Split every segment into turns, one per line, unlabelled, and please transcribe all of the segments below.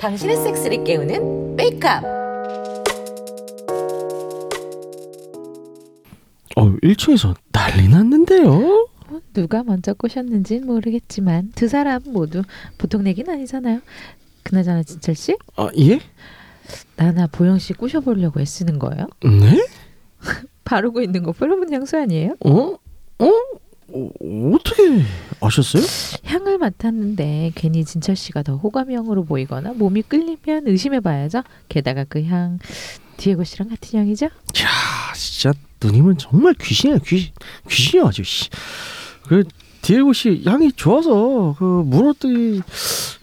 당신의 섹스를 깨우는 메이크업.
어, 1층에서 난리 났는데요.
누가 먼저 꼬셨는지 모르겠지만 두 사람 모두 보통 내기는 아니잖아요. 그나저나 진철 씨,
아, 예?
나나 보영 씨 꼬셔보려고 애쓰는 거예요?
네?
바르고 있는 거 페로몬 향수 아니에요?
어? 어? 어 어떻게 아셨어요?
향을 맡았는데 괜히 진철 씨가 더 호감형으로 보이거나 몸이 끌리면 의심해봐야죠. 게다가 그 향 디에고 씨랑 같은 향이죠?
야, 진짜 누님은 정말 귀신이야, 귀신. 귀신이 아주 씨. 그 디에고 씨 향이 좋아서 그 물어뜯기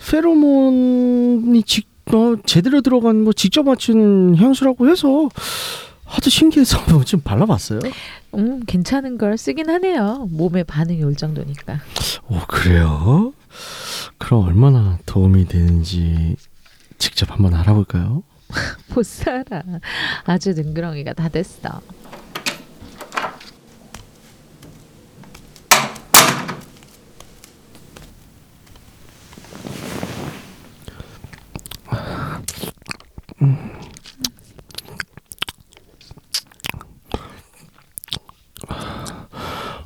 페로몬이 직 어, 제대로 들어간 거 직접 맞춘 향수라고 해서 하도 신기해서 좀 발라봤어요.
음 괜찮은 걸 쓰긴 하네요. 몸에 반응이 올 정도니까.
오 어, 그래요? 그럼 얼마나 도움이 되는지 직접 한번 알아볼까요?
못 살아. 아주 능그렁이가 다 됐어.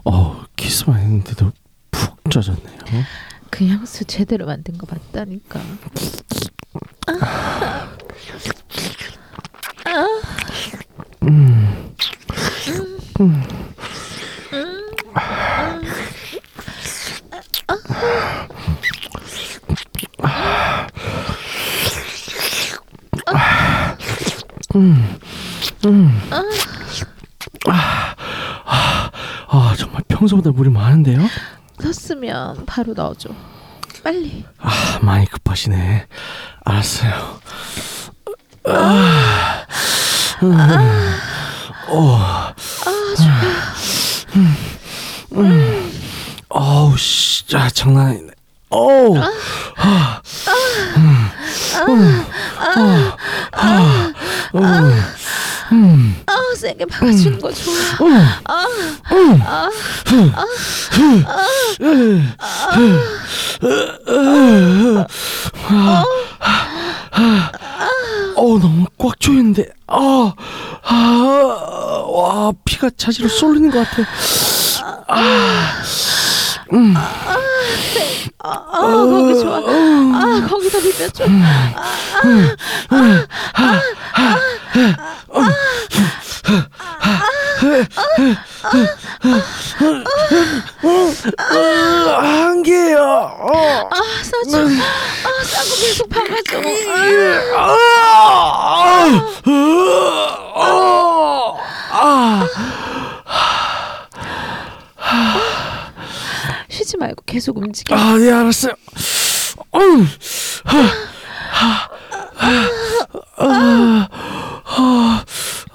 어 키스만 했는데도 푹 젖었네요.
그 향수 제대로 만든 거 맞다니까.
아 정말 평소보다 물이 많은데요?
썼으면 바로 넣어줘. 빨리.
아 많이 급하시네. 알았어요. 어. 아, 아, 아, 아, 아, 아, 아, 아, 우 진짜 장난 아니네. 어우, 아. 음. 아.
아 세게 박아주는 거 좋아.
어 너무 꽉 조이는데 아, 아, 와 피가 자지로 쏠리는 것 같아.
아 거기 좋아. 아 거기서 비벼줘.
으, 한 개요. 어.
아 써줘. 아 싸고 계속
어,
박아줘. 아,
아, 아, 아, 아,
아, 쉬지 말고 계속 움직여.
아, 네 알았어요. 음. 하, 하, 하, 하,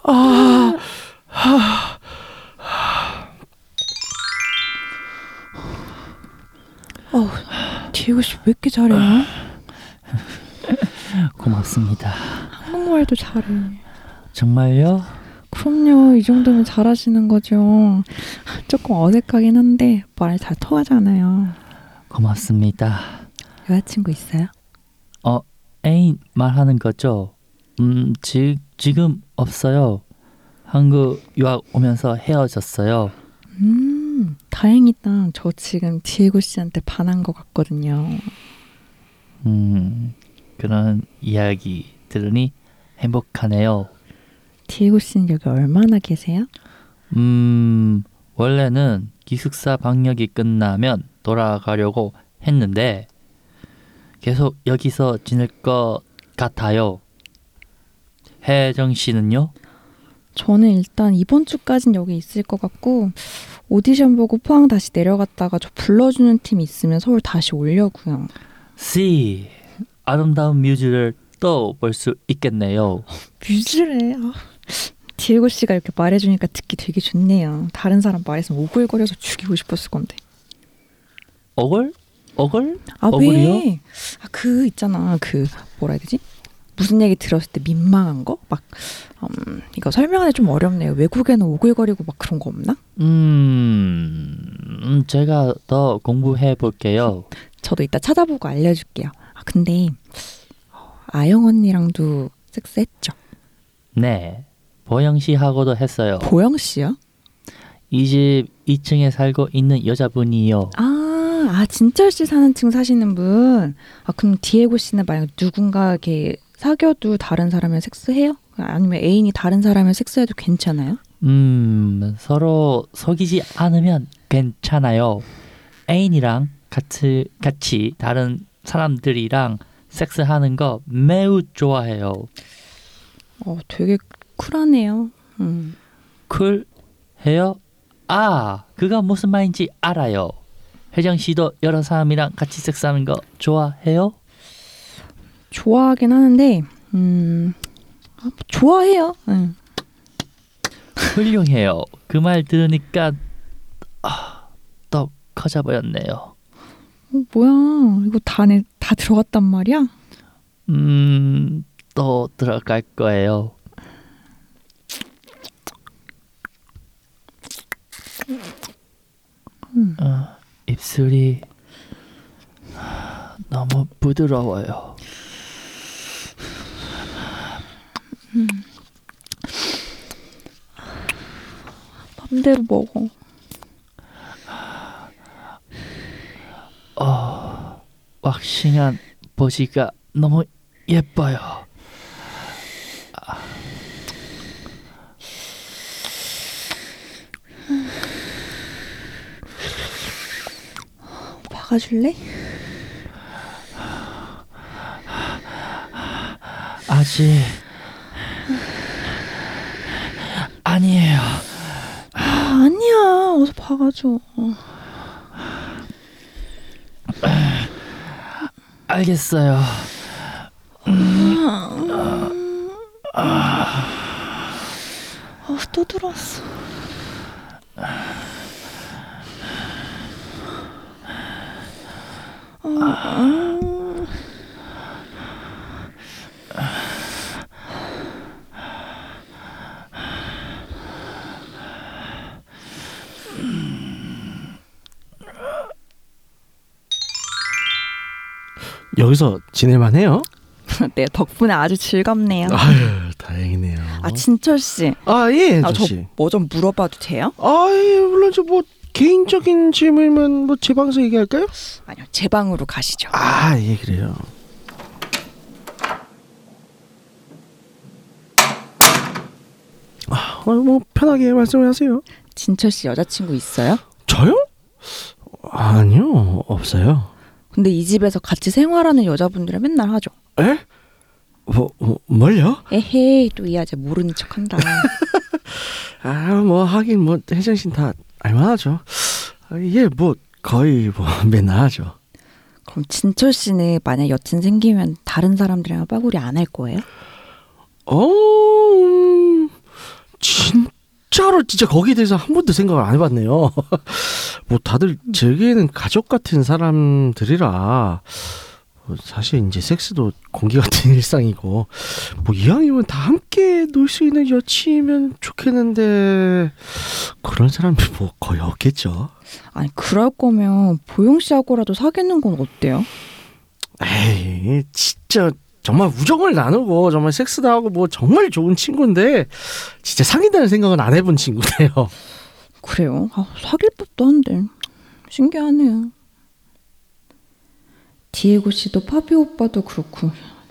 아, 하.
디에고 씨 왜 이렇게 잘해?
고맙습니다.
한국말도 잘해.
정말요?
그럼요. 이 정도면 잘하시는 거죠. 조금 어색하긴 한데 말 잘 통하잖아요.
고맙습니다.
여자친구 있어요?
어, 애인 말하는 거죠? 음, 지, 지금 없어요. 한국 유학 오면서 헤어졌어요.
음, 다행이다. 저 지금 디에고 씨한테 반한 것 같거든요.
음, 그런 이야기 들으니 행복하네요.
디에고 씨는 여기 얼마나 계세요?
음, 원래는 기숙사 방역이 끝나면 돌아가려고 했는데 계속 여기서 지낼 것 같아요. 혜정 씨는요?
저는 일단 이번 주까진 여기 있을 것 같고 오디션 보고 포항 다시 내려갔다가 저 불러주는 팀 있으면 서울 다시 오려고요.
C 아름다운 뮤즈를 또 볼 수 있겠네요.
뮤즈래. 아, 디에고 씨가 이렇게 말해주니까 듣기 되게 좋네요. 다른 사람 말했으면 오글거려서 죽이고 싶었을 건데.
어글? 어글?
아
억울해요?
왜? 아, 그 있잖아. 그 뭐라 해야 되지? 무슨 얘기 들었을 때 민망한 거? 막 음, 이거 설명하기 좀 어렵네요. 외국에는 오글거리고 막 그런 거 없나?
음, 음, 제가 더 공부해 볼게요.
저도 이따 찾아보고 알려줄게요. 아, 근데 어, 아영 언니랑도 섹스했죠.
네, 보영 씨하고도 했어요.
보영 씨요?
이 집 2층에 살고 있는 여자분이요.
아, 아 진철 씨 사는 층 사시는 분. 아 그럼 디에고 씨는 만약 누군가 이렇게 사귀어도 다른 사람이랑 섹스해요? 아니면 애인이 다른 사람이랑 섹스해도 괜찮아요?
음, 서로 속이지 않으면 괜찮아요. 애인이랑 같이 같이 다른 사람들이랑 섹스하는 거 매우 좋아해요.
어, 되게 쿨하네요. 음.
쿨 해요? 아, 그가 무슨 말인지 알아요. 혜정 씨도 여러 사람이랑 같이 섹스하는 거 좋아해요?
좋아하긴 하는데, 음, 아, 뭐 좋아해요. 음.
훌륭해요. 그 말 들으니까 아, 더 커져 보였네요.
어, 뭐야, 이거 다, 내, 다 들어갔단 말이야?
음, 또 들어갈 거예요.
음.
아, 입술이 아, 너무 부드러워요.
맘대로 먹어.
왁싱한 보지가 너무 예뻐요.
박아줄래?
아직 아니에요.
아, 아니야. 어서 박아줘.
알겠어요.
어, 또 들어왔어. 어, 음.
여기서 지낼만 해요?
네, 덕분에 아주 즐겁네요.
아유, 다행이네요.
아, 진철 씨.
아, 예,
아, 저
아저씨.
뭐 좀 물어봐도 돼요?
아, 예, 물론 저 뭐 개인적인 질문이면 뭐 제 방에서 얘기할까요?
아니요, 제 방으로 가시죠.
아, 예, 그래요. 아, 어, 뭐 편하게 말씀을 하세요.
진철 씨 여자친구 있어요?
저요? 아니요, 없어요.
근데 이 집에서 같이 생활하는 여자분들은 맨날 하죠.
에? 뭐, 뭐 뭘요?
에헤이, 또 이 아재 모르는 척 한다.
아 뭐 하긴 뭐 혜정 씨는 다 알만하죠. 아, 예, 뭐 거의 뭐 맨날 하죠.
그럼 진철 씨는 만약 여친 생기면 다른 사람들이랑 빠구리 안 할 거예요?
어, 음, 진짜로 진짜 거기에 대해서 한 번도 생각을 안 해봤네요. 뭐 다들 즐기는 가족 같은 사람들이라 뭐 사실 이제 섹스도 공기 같은 일상이고 뭐 이왕이면 다 함께 놀 수 있는 여친이면 좋겠는데 그런 사람이 뭐 거의 없겠죠.
아니, 그럴 거면 보영 씨하고라도 사귀는 건 어때요?
에이 진짜 정말 우정을 나누고 정말 섹스도 하고 뭐 정말 좋은 친구인데 진짜 사귄다는 생각은 안 해본 친구네요.
그래요. 아, 사귈 법도 한데 신기하네요. 디에고 씨도 파비 오빠도 그렇고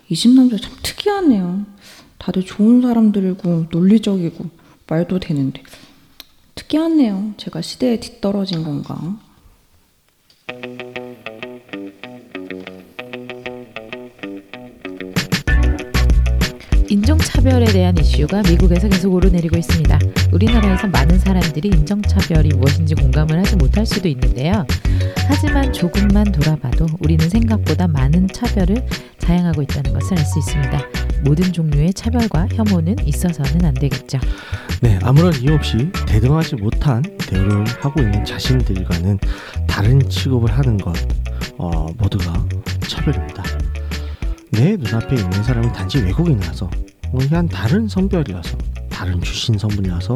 이 집 남자 참 특이하네요. 다들 좋은 사람들이고 논리적이고 말도 되는데 특이하네요. 제가 시대에 뒤떨어진 건가?
인종차별에 대한 이슈가 미국에서 계속 오르내리고 있습니다. 우리나라에서 많은 사람들이 인종차별이 무엇인지 공감을 하지 못할 수도 있는데요. 하지만 조금만 돌아봐도 우리는 생각보다 많은 차별을 자행하고 있다는 것을 알 수 있습니다. 모든 종류의 차별과 혐오는 있어서는 안 되겠죠.
네 아무런 이유 없이 대등하지 못한 대우를 하고 있는 자신들과는 다른 취급을 하는 것 어, 모두가 차별입니다. 내 눈앞에 있는 사람은 단지 외국인이라서 그냥 다른 성별이라서 다른 출신 성분이라서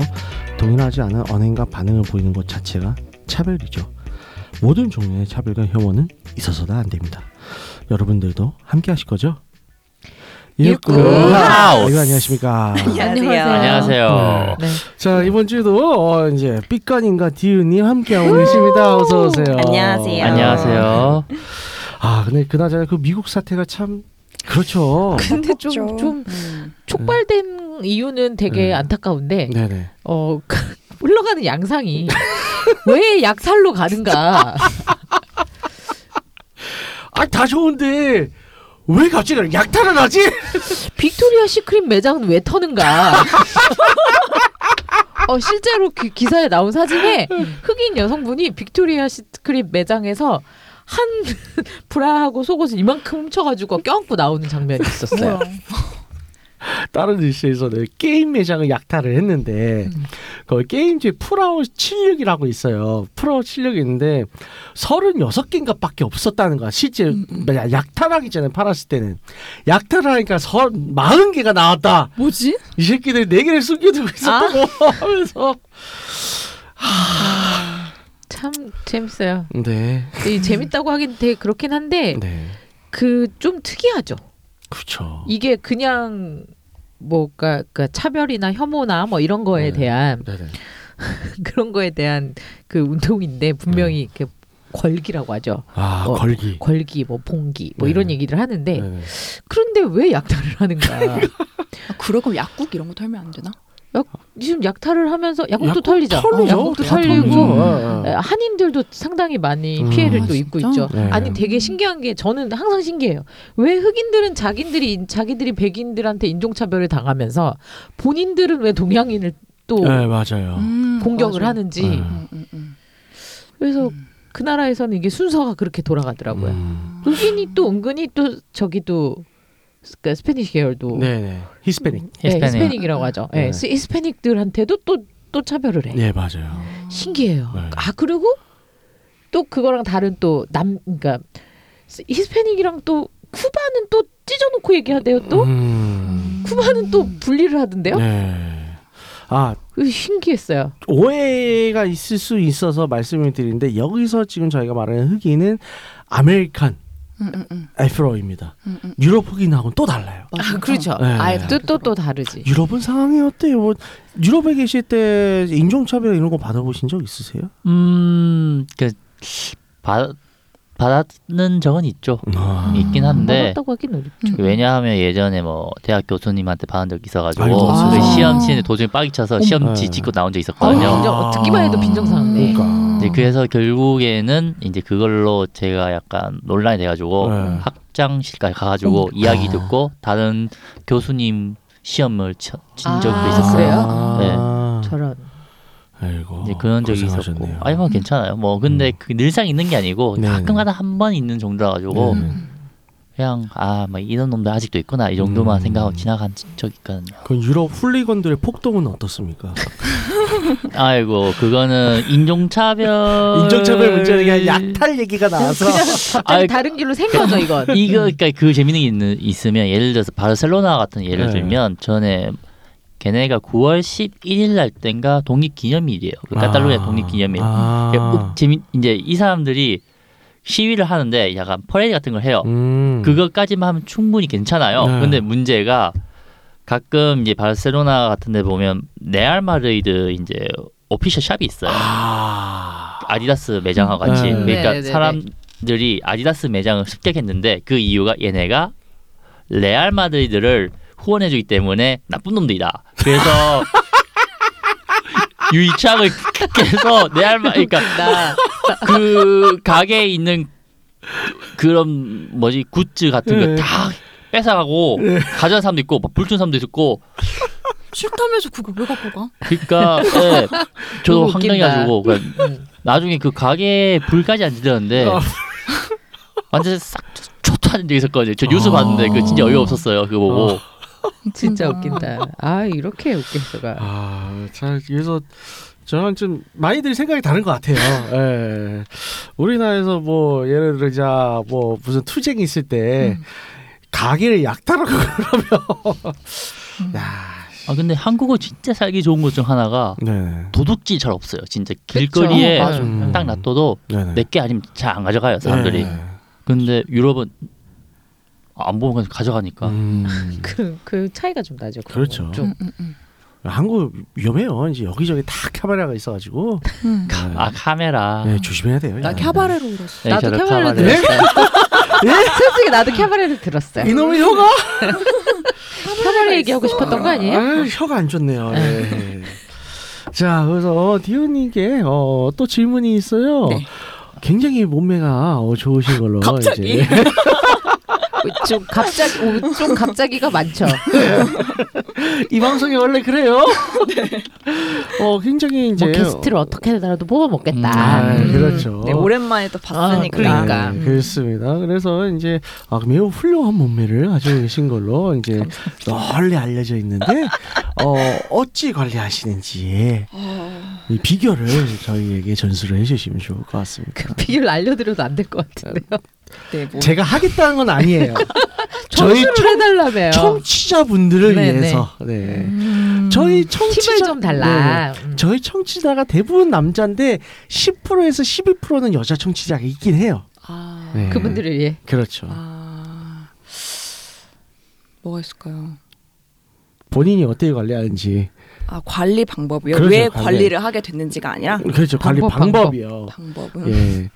동일하지 않은 언행과 반응을 보이는 것 자체가 차별이죠. 모든 종류의 차별과 혐오는 있어서는 안 됩니다. 여러분들도 함께 하실 거죠?
육구
하우스.
아이고, 안녕하십니까.
안녕하세요.
안녕하세요.
네.
자 이번 주에도 어, 이제 삐까님과 디은이 함께하고 계십니다. 어서 오세요.
네.
안녕하세요.
안녕하세요.
아 근데 그나저나 그 미국 사태가 참 그렇죠.
근데 좀 좀
그렇죠.
촉발된 이유는 되게
네.
안타까운데
네네.
어 흘러가는 양상이 왜 약살로 가는가?
아 다 좋은데 왜 갑자기 약탈을 하지?
빅토리아 시크릿 매장은 왜 터는가? 어, 실제로 그 기사에 나온 사진에
음.
흑인 여성분이 빅토리아 시크릿 매장에서 한 브라하고 속옷을 이만큼 훔쳐가지고 껴안고 나오는 장면이
네.
있었어요.
아,
다른 뉴스에서는 게임 매장을 약탈을 했는데
음.
거기 게임즈에 풀아웃 76이라고 있어요. 풀아웃 76이 있는데 36개인가 밖에 없었다는 거야. 실제
음,
야- 약탈하기 전에 팔았을 때는. 약탈하니까 40개가 나왔다.
뭐지?
이 새끼들 4개를 숨겨두고 있었다고 하면서.
참 재밌어요.
네.
이 재밌다고 하긴 되게 그렇긴 한데
네.
그 좀 특이하죠.
그렇죠.
이게 그냥 뭐가 그 차별이나 혐오나 뭐 이런 거에
네.
대한
네네.
그런 거에 대한 그 운동인데 분명히 이렇게 권기라고 하죠.
아,
어,
걸기.
권기, 뭐 봉기, 뭐
네.
이런 얘기를 하는데
네네. 그러니까.
그런데 왜 약탈을 하는가?
아, 그러고 약국 이런 거 털면 안 되나?
지금 약탈을 하면서 약국도
약국
털리죠. 어,
털리죠.
약국도
다
털리고
털리죠. 어, 어.
에, 한인들도 상당히 많이
음.
피해를
아,
또 입고
진짜?
있죠.
네.
아니 되게 신기한 게 저는 항상 신기해요. 왜 흑인들은 자기들이 자기들이 백인들한테 인종차별을 당하면서 본인들은 왜 동양인을 또
네, 맞아요.
음,
어. 공격을
맞아.
하는지
네.
음, 음, 음.
그래서 그 나라에서는 이게 순서가 그렇게 돌아가더라고요.
음.
흑인이 또 은근히 또 저기도 그 스페니쉬 계열도
네네. 히스패닉.
네,
예,
히스패닉.
히스패닉이라고 하죠.
네.
네. 스- 히스패닉들한테도 또, 또 차별을 해.
네, 맞아요.
신기해요.
네.
아 그리고 또 그거랑 다른 또 남 그러니까 스- 히스패닉이랑 또 쿠바는 또 찢어놓고 얘기하대요. 또
음.
쿠바는 또 분리를 하던데요.
네. 아
그 신기했어요.
오해가 있을 수 있어서 말씀을 드리는데 여기서 지금 저희가 말하는 흑인은 아메리칸
음, 음, 음,
애프로입니다.
음, 음.
유럽 흑인하고는 또 달라요.
맞아.
네.
아예 또또 또 다르지.
유럽은 상황이 어때요? 뭐 유럽에 계실 때 인종차별 이런 거 받아보신 적 있으세요?
음, 그 받, 받았는 적은 있죠.
아,
있긴 한데
맞았다고 하긴 어렵죠.
왜냐하면 예전에 뭐 대학 교수님한테 받은 적 있어가지고
아이고,
그
아.
시험치는 도중에 빠기쳐서 시험지
네.
찍고 나온 적
아니요.
있었거든요.
빈정, 어, 듣기만 해도 빈정상한데.
그러니까.
어.
이제 그래서 결국에는 이제 그걸로 제가 약간 논란이 돼가지고
네. 아.
학장실까지 가가지고
음.
이야기 듣고 다른 교수님 시험을 쳐, 친 적도
아,
있었어요. 네.
그래요?
아,
저런.
아이고.
이제 그런 적이
어, 고생하셨네요. 음.
있었고 아니 뭐 괜찮아요. 뭐 근데 그 늘상 있는 게 아니고
네네.
가끔가다 한 번 있는 정도라 가지고
네네.
그냥 아막 뭐 이런 놈들 아직도 있구나 이 정도만
음.
생각하고 지나간 적이 있거든요.
그 유럽 훌리건들의 폭동은 어떻습니까?
아이고 그거는
어.
인종차별
인종차별 문제는 그냥 약탈 얘기가 나와서
갑자기
아이,
다른 길로 샌 거죠 이건.
이거
음.
그러니까 그 재밌는 게 있는, 있으면 예를 들어서 바르셀로나 같은 예를
네.
들면 전에 걔네가 9월 11일 날 땐가 독립 기념일이에요. 그 카탈로니아 독립 기념일.
아.
그 재미 이제 이 사람들이 시위를 하는데 약간 퍼레이드 같은 걸 해요.
음.
그것까지만 하면 충분히 괜찮아요.
네.
근데 문제가 가끔 이제 바르셀로나 같은 데 보면 레알 마드리드 이제 오피셜 샵이 있어요.
아.
아디다스 매장하고 같이.
네.
네,
그러니까
네, 네.
사람들이 아디다스 매장을 습격했는데 그 이유가 얘네가 레알 마드리드를 후원해 주기 때문에 나쁜 놈들이다. 그래서 유이창을 깨서 레알 마 그러니까
나
그 가게에 있는 그런 뭐지 굿즈 같은
네.
거 다 뺏어가고
네.
가져간 사람도 있고 막 불준 사람도 있고
싫다면서 그걸 왜 갖고 가?
그러니까 예, 저도
너무 웃긴다.
황당해가지고 그냥
음.
나중에 그 가게에 불까지 안 지르는데
아.
완전 싹 초토하는 적이 있었거든요. 저 뉴스
아.
봤는데 그 진짜 어이없었어요. 그거 보고
아. 진짜 웃긴다. 아 이렇게 웃겠어가.
아, 자, 그래서 저는 좀 많이들 생각이 다른 것 같아요. 예. 우리나라에서 뭐 예를 들자 뭐 무슨 투쟁이 있을 때 가게를 약탈하고 그러면 야,
아 근데 한국어 진짜 살기 좋은 것 중 하나가
네,
도둑질 잘 없어요. 진짜 길거리에
맞아.
음.
어, 딱 놔둬도
네, 네.
몇 개 아니면 잘 안 가져가요 사람들이.
네.
근데 유럽은 안 보면 그냥 가져가니까.
음,
그, 그 차이가 좀 나죠. 그런
그렇죠.
건 좀.
한국 위험해요. 이제 여기저기 다 카메라가 있어가지고
음.
네.
아 카메라.
네, 조심해야 돼요.
나
예.
캬바레로 울었어.
네,
나도
저를
카메라
카바레에 있어요.
네, 솔직히 나도 캐바레를 들었어요.
이놈의 혀가
캐바레 얘기하고 싶었던 거 아니에요?
아, 혀가 안 좋네요. 예. 자, 그래서 어, 디오님께 어, 또 질문이 있어요.
네.
굉장히 몸매가 어, 좋으신 걸로
갑자기?
이제
좀 갑자기 오, 좀 갑자기가 많죠.
이 방송이 원래 그래요. 어, 굉장히 이제
네. 뭐 게스트를 어떻게 하더라도 뽑아
아,
먹겠다.
음.
그렇죠.
네, 오랜만에 또 봤으니까.
아, 그러니까.
네, 그렇습니다. 그래서 이제 아, 매우 훌륭한 몸매를 가지고 계신 걸로 이제 널리 알려져 있는데 어, 어찌 관리하시는지
어.
아,
이 비결을 저희에게 전수를 해주시면 좋을 것 같습니다.
그 비결 알려드려도 안 될 것
어,
같은데요.
네, 뭐.
제가 하겠다는 건 아니에요. 저희
점수를
청-
해달라며요.
청취자분들을
네,
위해서. 네.
음.
저희 청취자
팁을 좀
네,
달라. 음.
네. 저희 청취자가 대부분 남자인데 10%에서 12%는 여자 청취자가 있긴 해요.
아,
네.
음. 그분들을 위해.
그렇죠.
아, 뭐가 있을까요?
본인이 어떻게 관리하는지.
아, 관리 방법이요.
그렇죠,
왜
관리.
관리를 하게 됐는지가 아니라
그렇죠. 관리
방법, 방법.
방법이요.
방법은
예.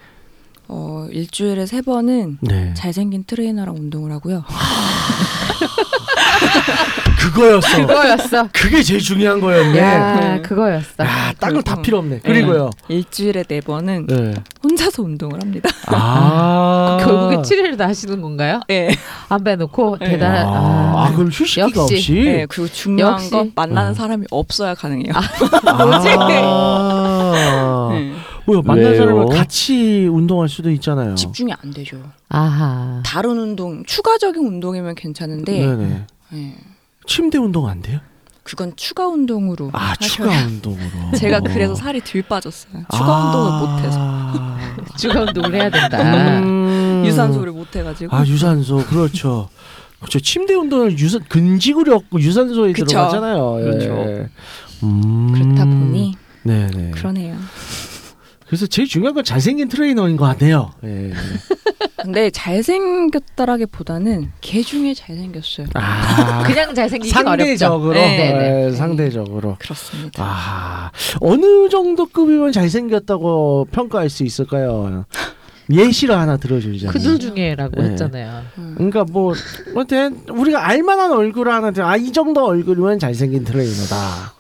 어, 일주일에 세 번은
네.
잘생긴 트레이너랑 운동을 하고요.
아, 그거였어.
그거였어.
그게 제일 중요한 거였네. 야,
야,
네.
그거였어.
딴 거 다
그리고-
필요 없네. 그리고요.
일주일에 네 번은
네.
혼자서 운동을 합니다.
아.
그
결국에 7일을 다 하시는 건가요?
예.
안 빼놓고
네.
대단. 한
아, 아, 그럼 휴식기가
역시.
없이.
네, 그리고 중요한
역시.
건 만나는
음.
사람이 없어야 가능해요.
아.
네.
왜요? 아. 만난
왜요?
사람을 같이 운동할 수도 있잖아요.
집중이 안 되죠.
아하.
다른 운동, 추가적인 운동이면 괜찮은데
네네.
예.
침대 운동 안 돼요?
그건 추가 운동으로
아 추가
하셔야
운동으로. 아.
제가 그래서 살이 덜 빠졌어요. 추가 운동을 못해서
못해서.
주가 운동을 해야
음.
된다.
유산소를 못해가지고.
아 유산소 그렇죠. 그렇죠. 침대 운동은 유산 근지구력 유산소에
그쵸.
들어가잖아요. 예.
그렇죠.
음.
그렇다 보니
네네.
그러네요.
그래서 제일 중요한 건 잘생긴 트레이너인 것 같네요. 예.
근데 잘생겼다라기보다는 개 중에 잘생겼어요.
아
그냥 잘생기긴 어렵죠.
상대적으로
네,
네, 네.
예, 상대적으로.
그렇습니다.
아 어느 정도 급이면 잘생겼다고 평가할 수 있을까요? 예시를 하나 들어주자.
그들 중에라고
네.
했잖아요.
그러니까 뭐 어쨌든 우리가 알만한 얼굴을 하나 아이 정도 얼굴이면 잘생긴 트레이너다.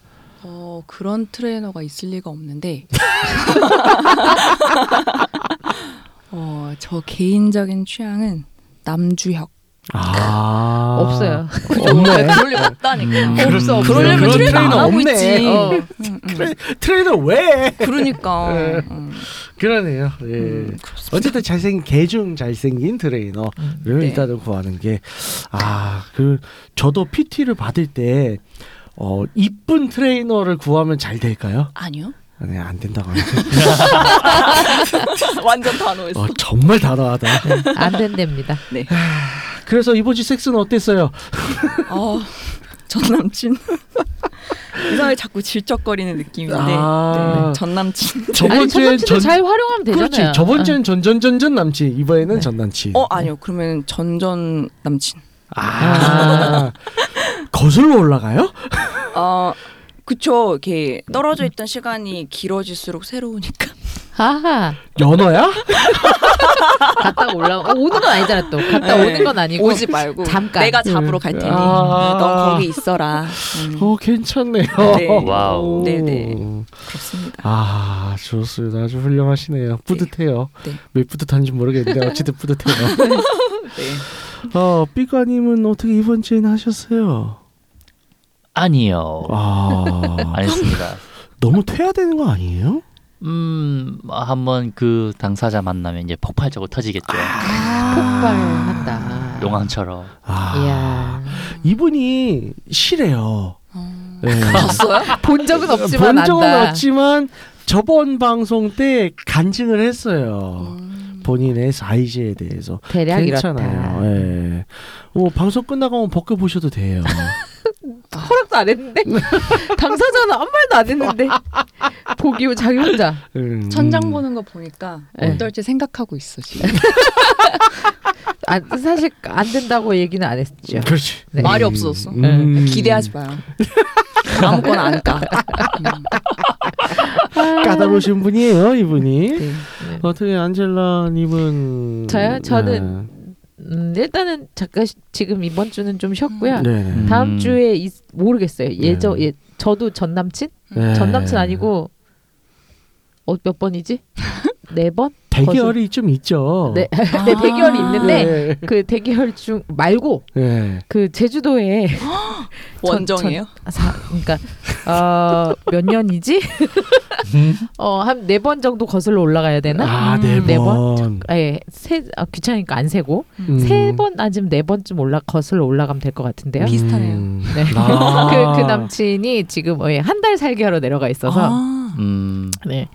어, 그런 트레이너가 있을 리가 없는데. 어, 저 개인적인 취향은 남주혁.
아
없어요.
없네.
그럴 리가 없다니까.
음,
없어, 없어.
그럴 리면
그런
트레이너 안 하고
없네.
있지.
어. 트레, 트레이너 왜?
그러니까.
예.
음,
그러네요. 예.
음, 그렇습니다.
어쨌든 잘생긴 개중 잘생긴 트레이너를
네.
일단은 구하는 게아그 저도 PT를 받을 때. 어 이쁜 트레이너를 구하면 잘 될까요?
아니요.
네, 안 된다고 하는데
완전 단호했어.
어, 정말 단호하다.
안 된답니다.
네.
그래서 이보지 섹스는 어땠어요?
어, 전 남친. 이상하게 자꾸 질척거리는 느낌인데.
아.
네, 전 남친.
아니 첫
번째엔
남친도 잘 활용하면 되잖아요.
그렇지. 저번 주엔 전전전전 남친, 이번에는 전 남친.
어, 아니요. 그러면 전전 남친.
아. 거슬러 올라가요?
어, 그쵸. 이렇게 떨어져 있던 시간이 길어질수록 새로우니까.
아. 아하.
연어야?
갔다 올라 어, 오는 건 아니잖아 또. 갔다
네.
오는 건 아니고.
오지 말고
잠깐.
내가
음.
잡으러 갈 테니
아.
넌 거기 있어라. 음,
어, 괜찮네요.
네.
와우.
네네. 그렇습니다.
아, 좋습니다. 아주 훌륭하시네요. 뿌듯해요.
네.
왜 뿌듯한지 모르겠는데 어쨌든 뿌듯해요.
네.
어, 삐까님은 어떻게 이번 주에는 하셨어요?
아니요.
아,
안 했습니다.
너무 퇴야 되는 거 아니에요?
음 한번 그 당사자 만나면 이제 폭발적으로 터지겠죠.
아. 폭발한다.
용왕처럼.
아,
이야.
이분이 싫어요.
어,
네.
봤어요?
본 적은 없지만
본 적은
안다.
없지만 저번 방송 때 간증을 했어요.
음,
본인의 사이즈에 대해서
대략
괜찮아요.
이렇다.
예. 어, 방송 끝나가면 벗겨 보셔도 돼요.
허락도 안 했는데 당사자는 아무 말도 안 했는데 보기요 자기 혼자
음.
천장 보는 거 보니까
네.
어떨지 생각하고 있어 지금.
아, 사실 안 된다고 얘기는 안 했죠.
음, 그렇지.
네.
말이 없어졌어.
음.
기대하지 마요. 아무거나 안 까. 음.
까다로우신 분이에요, 이분이.
네.
어떻게 안젤라님은 네.
저요? 저는 음, 일단은 잠깐 시- 지금 이번 주는 좀
네.
쉬었고요.
네네.
음.
다음 주에 이, 모르겠어요. 예저
네.
예, 저도 전 남친?
네.
전 남친 아니고 어, 몇 번이지? 네 번?
대결이 좀 있죠.
네.
아.
네, 대결이 있는데
네.
그 대결 중 말고
네.
그 제주도에
원정이에요?
사, 그러니까 어, 몇 년이지? 어, 한 네 번 정도 거슬러 올라가야 되나?
아, 네
음, 네
번.
아, 예, 세 아, 귀찮으니까 안 세고
음.
세 번 아니면 네 번쯤 올라 거슬러 올라가면 될 것 같은데요.
비슷하네요.
음.
네.
아.
그, 그 남친이 지금 예, 한달 살기 하러 내려가 있어서
아.
음.
네.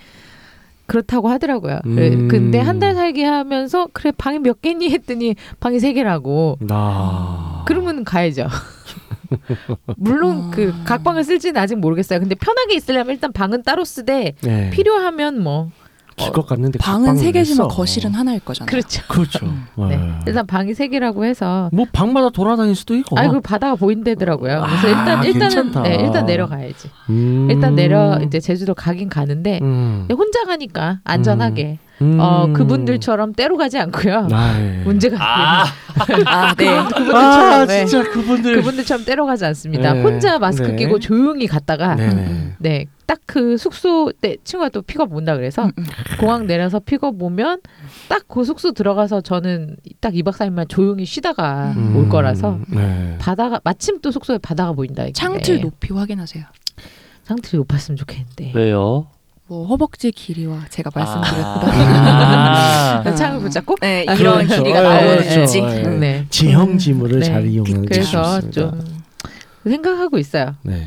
그렇다고 하더라고요.
음.
그- 근데 한 달 살기 하면서 그래 방이 몇 개니 했더니 방이 세 개라고.
아.
그러면 가야죠.
아.
물론 그 각 방을 쓸지는 아직 모르겠어요. 근데 편하게 있으려면 일단 방은 따로 쓰되
네.
필요하면 뭐
기껏 갔는데 그
방은
각방을
세 개지만
했어.
거실은 하나일 거잖아.
그렇죠.
그렇죠.
네.
네.
일단 방이 세 개라고 해서
뭐 방마다 돌아다닐 수도 있고.
아이 그 바다가 보인대더라고요. 그래서
어? 아,
일단 일단은
괜찮다.
네, 일단 내려가야지.
음.
일단 내려 이제 제주도 가긴 가는데
음. 혼자
혼자 가니까 안전하게
음.
어 그분들처럼 때로 가지 않고요.
아, 예.
문제가
아,
아, 네.
아
그분들처럼 네.
진짜 그분들.
그분들처럼 때로 가지 않습니다.
네.
혼자 마스크
네.
끼고 조용히 갔다가
네네.
네, 딱 그 숙소 때 친구가 또 픽업 온다 그래서
음, 음.
공항 내려서 픽업 오면 딱 그 숙소 들어가서 저는 딱 2박 3일만 조용히 쉬다가
음.
올 거라서
네.
바다가 마침 또 숙소에 바다가 보인다.
네.
이게. 네,
창틀 높이 확인하세요.
창틀이 높았으면 좋겠는데.
네.
왜요?
뭐 허벅지 길이와 제가
아.
말씀드렸던
아.
그래서 창을 붙잡고
네,
아,
이런
그렇죠.
길이가
아,
나오는지
그렇죠. 네.
네.
지형 지물을
네.
잘 이용하는 게
그래서
좋습니다.
좀 생각하고 있어요.
네.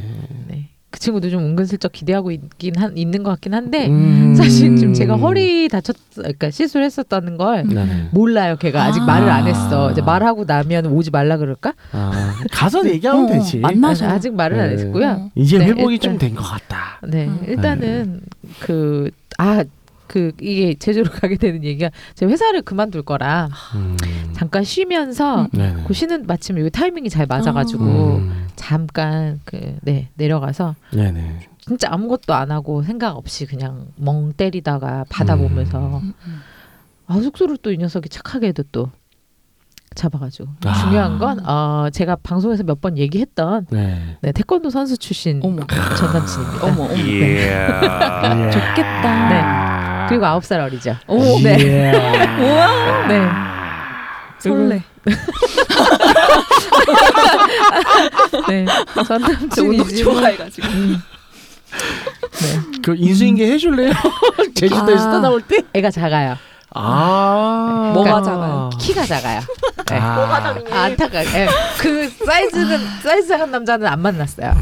네. 그 친구도 좀 은근슬쩍 기대하고 있긴 한, 있는 것 같긴 한데
음.
네. 사실 지금 제가 허리 뭐 다쳤 그러니까 시술을 했었다는 걸
네네.
몰라요. 걔가 아직
아.
말을 안 했어. 이제 말하고 나면 오지 말라 그럴까?
아, 가서 얘기하면
어,
되지.
만나서
아, 아직 말을 안
네.
했고요.
이제
네,
회복이
일단-
좀 된 것 같다.
네,
음.
일단은 그 아. 그 이게 제주로 가게 되는 얘기가 제가 회사를 그만둘 거라
음.
잠깐 쉬면서
네네.
그 쉬는 마침 요 타이밍이 잘 맞아가지고
음.
잠깐 그 네 내려가서
네네.
진짜 아무것도 안 하고 생각 없이 그냥 멍 때리다가 바다
음.
보면서
음, 음.
아 숙소를 또 이 녀석이 착하게도 또 잡아가지고
아.
중요한 건 어, 제가 방송에서 몇 번 얘기했던
네.
네, 태권도 선수 출신
어머.
전 남친입니다.
어머 어머 좋겠다.
네. 그리고 아홉 살 어리죠.
오,
네.
예.
네.
설레.
네. 전
저 운동
남친이지만
좋아해가지고.
네.
그 인수인계 해줄래요? 제주도에서
아.
떠나올 때?
애가 작아요.
아.
뭐가 작아요?
키가 작아요. 네.
아.
안타까워. 네. 그 사이즈는 사이즈 한 남자는 안 만났어요.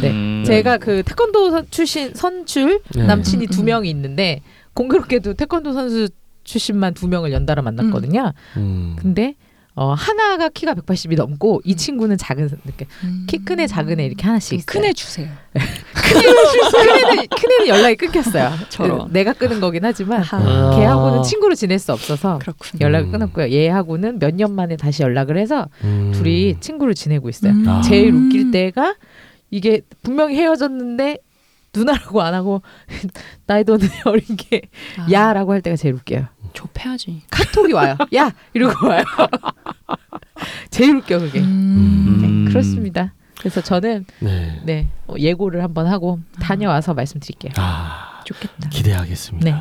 네.
음.
제가 그 태권도 선- 출신 선출
네.
그 남친이
음,
두
음.
명이 있는데 공교롭게도 태권도 선수 출신만 두 명을 연달아 만났거든요.
음.
근데 어, 하나가 키가 180이 넘고
음.
이 친구는 작은 이렇게 키 큰 애 작은 애 이렇게 하나씩 있어요.
큰애 주세요.
큰애는 큰애는 연락이 끊겼어요.
저런.
내가 끊은 거긴 하지만
네. 아.
걔하고는 친구로 지낼 수 없어서
그렇군요.
연락을 끊었고요. 얘하고는 몇 년 만에 다시 연락을 해서
음.
그 둘이 친구를 지내고 있어요.
음.
아.
제일 웃길 때가 이게 분명히 헤어졌는데 누나라고 안 하고 나이도 어린 어린 게
아,
야라고 할 때가 제일 웃겨요.
좁혀야지.
카톡이 와요. 야 이러고 와요. 제일 웃겨 그게.
음.
네, 그렇습니다. 그래서 저는
네.
네 어, 예고를 한번 하고 다녀와서 말씀드릴게요.
아.
좋겠다.
기대하겠습니다.
네.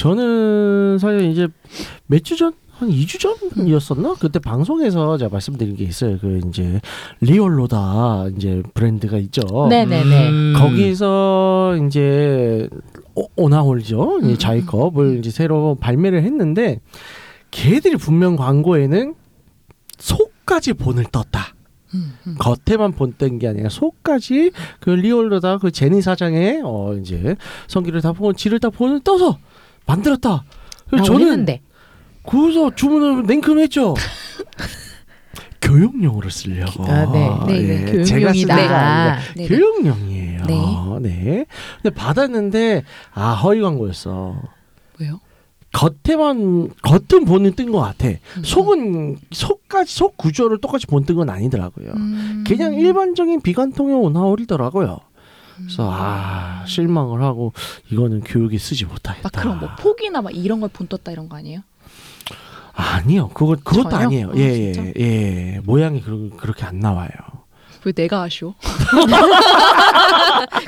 저는 사실 이제 몇 주 전? 한 2주 전이었었나? 그때 방송에서 제가 말씀드린 게 있어요. 그 이제 리얼로다 이제 브랜드가 있죠.
어. 네네네.
음,
거기서 이제 오- 오나홀죠
음.
이 자이컵을 이제 새로 발매를 했는데 걔들이 분명 광고에는 속까지 본을 떴다.
음, 음.
겉에만 본뜬 게 아니라 속까지 그 리얼로다 그 제니 사장의 어 이제 성기를 다 보고 지를 다 본을 떠서 만들었다. 그래서
나
저는
오랬는데
거기서 주문을 냉큼 했죠. 교육용으로 쓰려고. 예,
아, 네.
네, 네, 교육용이다.
제가 쓰는 게 아니라
네, 네.
교육용이에요.
네.
네. 근데 받았는데 아 허위 광고였어.
왜요?
겉에만 겉은 본인 뜬 것 같아.
음.
속은 속까지 속 구조를 똑같이 본 뜬 건 아니더라고요.
음.
그냥 일반적인 비관통에 온화월이더라고요.
음.
그래서 아 실망을 하고 이거는 교육에 쓰지 못하겠다.
막 그런 뭐 폭이나 막 이런 걸 본떴다 이런 거 아니에요?
아니요, 그거 그것도
전혀?
아니에요.
아,
예예
진짜?
예, 예. 모양이 그, 그렇게 안 나와요.
왜 내가 아쉬워?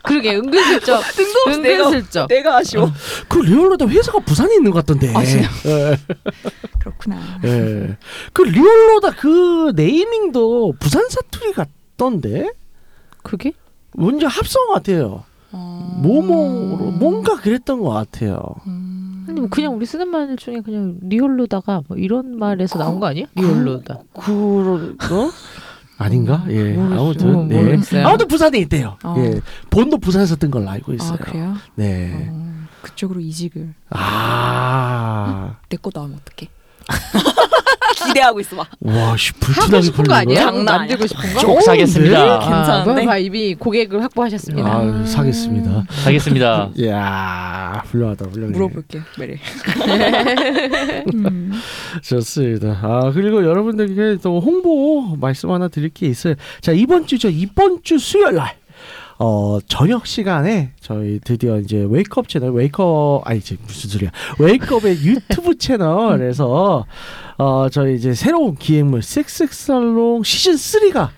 그러게 은근슬쩍 은근슬쩍
내가 아쉬워.
그 리얼로다 회사가 부산에 있는 것 같던데.
아, 진짜?
예,
그렇구나.
예. 그 리얼로다 그 네이밍도 부산 사투리 같던데.
그게
뭔지 합성 같아요.
어...
모모로 뭔가 그랬던 것 같아요.
음.
아니 뭐 그냥 우리 쓰는 말 중에 그냥 리얼로다가 뭐 이런 말에서 나온 거 아니야? 리얼로다.
그런 어? 아닌가? 예.
모르겠어요.
아무튼 네.
모르겠어요.
아무튼 부산에 있대요.
어.
예. 본도 부산에서 뜬 걸로 알고 있어요.
아 그래요?
네.
어, 그쪽으로 이직을
아.
내 거 나오면 어떡해? 기대하고 있어 막.
와, 씨 불티나게
하고 싶은 거 아니야?
장난 아니야.
만들고 싶은 거?
쭉 사겠습니다.
네?
아,
괜찮은데?
바이바이 이미 고객을 확보하셨습니다.
아, 사겠습니다.
음. 사겠습니다.
이야, 훌륭하다, 훌륭해.
네. 물어볼게 메리.
좋습니다. 아 그리고 여러분들께 또 홍보 말씀 하나 드릴 게 있어요. 자 이번 주죠. 이번 주 수요일 날. 어 저녁 시간에 저희 드디어 이제 웨이크업 채널 웨이크업 아니 이제 무슨 소리야 웨이크업의 유튜브 채널에서 어 저희 이제 새로운 기획물 섹섹살롱 시즌 3가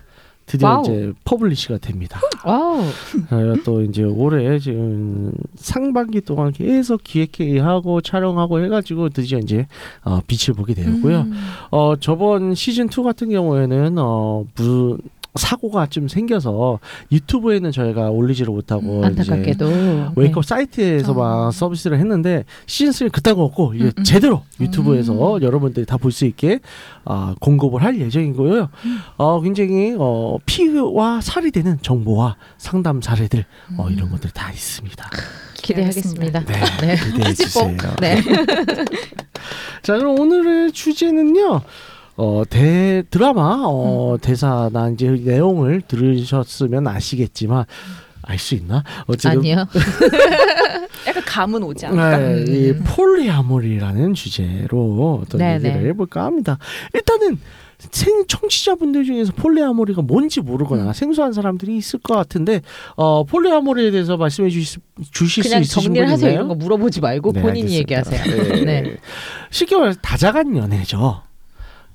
드디어
와우.
이제 퍼블리시가 됩니다.
와우.
저희가 또 이제 올해 지금 상반기 동안 계속 기획회의하고 촬영하고 해가지고 드디어 이제 어, 빛을 보게 되었고요.
음.
어, 저번 시즌 2 같은 경우에는 어, 무슨 사고가 좀 생겨서 유튜브에는 저희가 올리지를 못하고 어, 이제
음, 안타깝게도
네,
네.
웨이크업 사이트에서만
어.
서비스를 했는데 시즌 3는 그딴 거 없고
음,
이제 제대로 유튜브에서 여러분들이 다 볼 수 있게 아, 공급을 할 예정이고요.
음.
어, 굉장히 어, 피와 살이 되는 정보와 상담 사례들 어,
음.
이런 것들 다 있습니다.
네, 기대하겠습니다.
네,
네.
기대해 주세요.
네.
자 그럼 오늘의 주제는요. 어, 대 드라마 어,
음.
대사나 이제 내용을 들으셨으면 아시겠지만 알 수 있나? 어쨌든
아니요. 음.
약간 감은 오지 않아.
네, 이 폴리아모리라는 주제로 어떤
네,
얘기를
네.
해볼까 합니다. 일단은 생 청취자분들 중에서 폴리아모리가 뭔지
음.
모르거나 생소한 사람들이 있을 것 같은데 어, 폴리아모리에 대해서 말씀해 주실, 주실 수
그냥
있으신 분
정리를 하세요.
있나요?
이런 거 물어보지 말고
네,
본인이
알겠습니다.
얘기하세요.
네.
네.
쉽게 말해서 다자간 연애죠.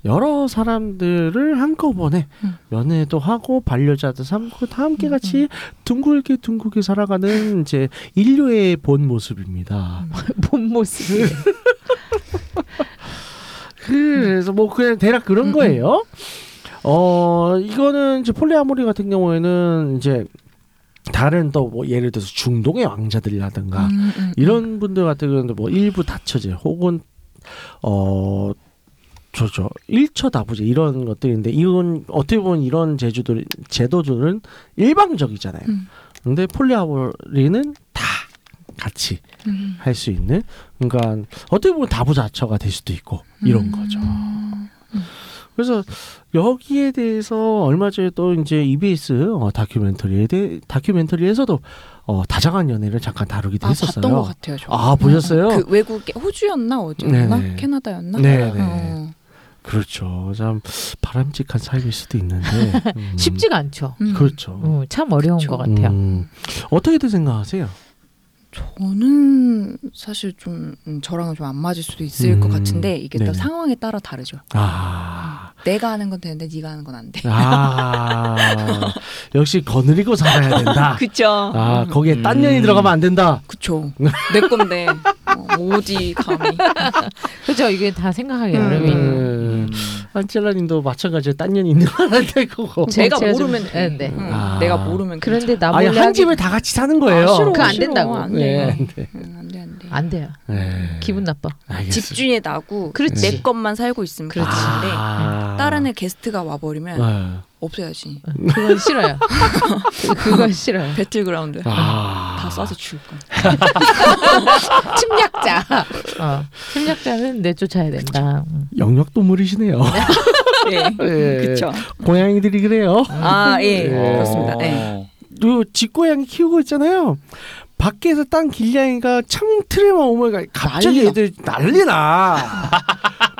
여러 사람들을 한꺼번에 연애도 하고 반려자도 삼고 다 함께 같이 둥글게 둥글게 살아가는 이제 인류의 본 모습입니다.
본 모습이.
그래서 뭐 그냥 대략 그런 거예요. 어 이거는 이제 폴리아모리 같은 경우에는 이제 다른 또 뭐 예를 들어서 중동의
음.
음,
왕자들이라든가 아, 이런 분들 같은 경우는 뭐 일부 다처제 혹은 어 저저 일처 다부제 이런 것들인데 이건 어떻게 보면 이런 제주들 제도들은 일방적이잖아요.
음.
근데 폴리아모리는 다 같이
음.
할 수 있는 그러니까 어떻게 보면 다부자처가 될 수도 있고
음.
이런 거죠. 그래서 여기에 대해서 얼마 전에 또 이제 EBS 어, 다큐멘터리에 대 다큐멘터리에서도 어, 다자간 연애를 잠깐 다루기도
아
했었어요.
봤던 것 같아요. 저.
음.
아, 보셨어요?
그 외국에 호주였나 어디였나
네네.
캐나다였나?
네네.
어.
그렇죠. 참 바람직한 삶일 수도 있는데 음,
쉽지가 않죠.
음.
그렇죠.
음, 참 어려운
그쵸.
것 같아요.
음, 어떻게들 생각하세요?
저는 사실 좀 음, 저랑은 좀 안 맞을 수도 있을 것
음,
같은데 이게 또
네네.
상황에 따라 다르죠.
아,
내가 하는 건 되는데 네가 하는 건 안 돼.
아 역시 거느리고 살아야 된다.
그쵸.
아 거기에 딴
음.
년이 들어가면 안 된다.
그쵸. 내 건데 어, 오지 감히.
그렇죠.
그죠? 이게 다 생각하기
음.
어려운.
음. 안젤라님도 마찬가지로 딴 년이 있는 건안될 거고.
음, 제-
내가
제가 좀-
모르면 돼.
네, 네.
응,
아.
내가 모르면 그런데
그런데 나 몰래
아예 한
하기-
집에 다 같이 사는 거예요.
아, 싫어,
그거 안
싫어.
된다고.
안
네,
돼.
안 돼.
응, 안 돼, 안
아,
돼.
안 돼요.
네.
기분 나빠.
알겠습니다.
집중이 나고
그렇지.
내 것만 살고 있으면
그렇지. 네.
괜찮은데
아.
다른 애 게스트가 와버리면
네.
없어야지.
그건 싫어요. 그건 싫어요.
배틀그라운드
아.
다 쏴서 죽을 거야.
침략자. 어, 침략자는 내쫓아야 된다. 음.
영역 동물이시네요.
예.
예.
그쵸.
고양이들이 그래요.
아, 예.
예.
어.
그렇습니다. 예.
네.
그 집고양이 키우고 있잖아요. 밖에서 딴 길냥이가 창문 틀에만 오면 갑자기
난리나.
애들 난리나.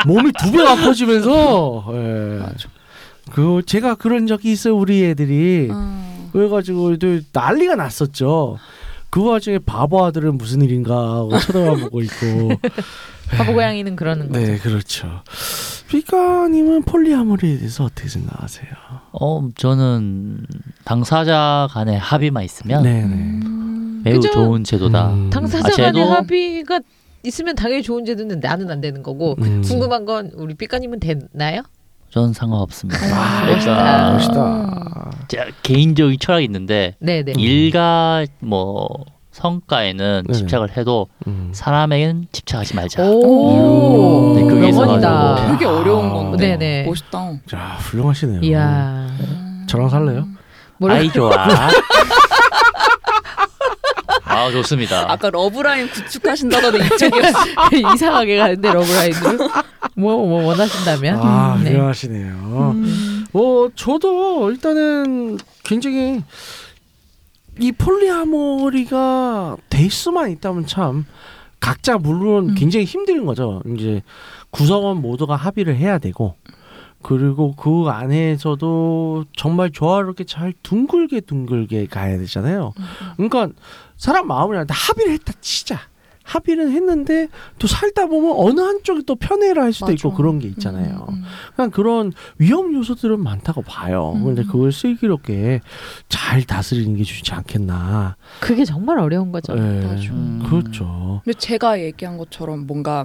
몸이 두 배가 아파지면서. 예. 그 제가 그런 적이 있어요. 우리 애들이.
어.
그래가지고 애들 난리가 났었죠. 그 와중에 바보 아들은 무슨 일인가 하고 쳐다보고 있고.
바보 고양이는 그러는 거죠.
네, 그렇죠. 피카님은 폴리아모리에 대해서 어떻게 생각하세요?
어, 저는 당사자 간의 합의만 있으면
네, 네.
음,
매우
그죠?
좋은 제도다.
음.
당사자
아,
간의
쟤도?
합의가 있으면 당연히 좋은 제도인데 나는 안 되는 거고
음.
궁금한 건 우리 삐까님은 됐나요?
저는 상관없습니다.
아,
멋있다.
그러니까
멋있다.
제가 개인적인 철학이 있는데
네네.
일가 뭐 성과에는
음. 네.
집착을 해도
음.
사람에겐 집착하지
어?
말자.
오,
네, 그게
명언이다.
있어가지고.
되게 어려운 건데.
예.
네네.
아.
멋있다.
야, 훌륭하시네요.
이야.
저랑 살래요?
뭐라
아이 좋아. 아 좋습니다.
아까 러브라인 구축하신다던데 이쪽이었어.
이상하게 가는데 러브라인으로 뭐뭐 원하신다면
아,
음, 네.
훌륭하시네요. 어, 저도 일단은 굉장히 이 폴리아모리가 될 수만 있다면 참 각자 물론 굉장히 힘든 거죠. 이제 구성원 모두가 합의를 해야 되고 그리고 그 안에서도 정말 조화롭게 잘 둥글게 둥글게 가야 되잖아요. 그러니까 사람 마음이란 다 합의를 했다 치자. 합의는 했는데 또 살다 보면 어느 한쪽이 또 편애를 할 수도 있고
맞아. 음,
그런 게 있잖아요. 그냥 그런 위험 요소들은 많다고 봐요.
음.
근데 그걸 슬기롭게 잘 다스리는 게 좋지 않겠나.
그게 정말 어려운 거죠.
예.
맞아.
음.
그렇죠.
근데 제가 얘기한 것처럼 뭔가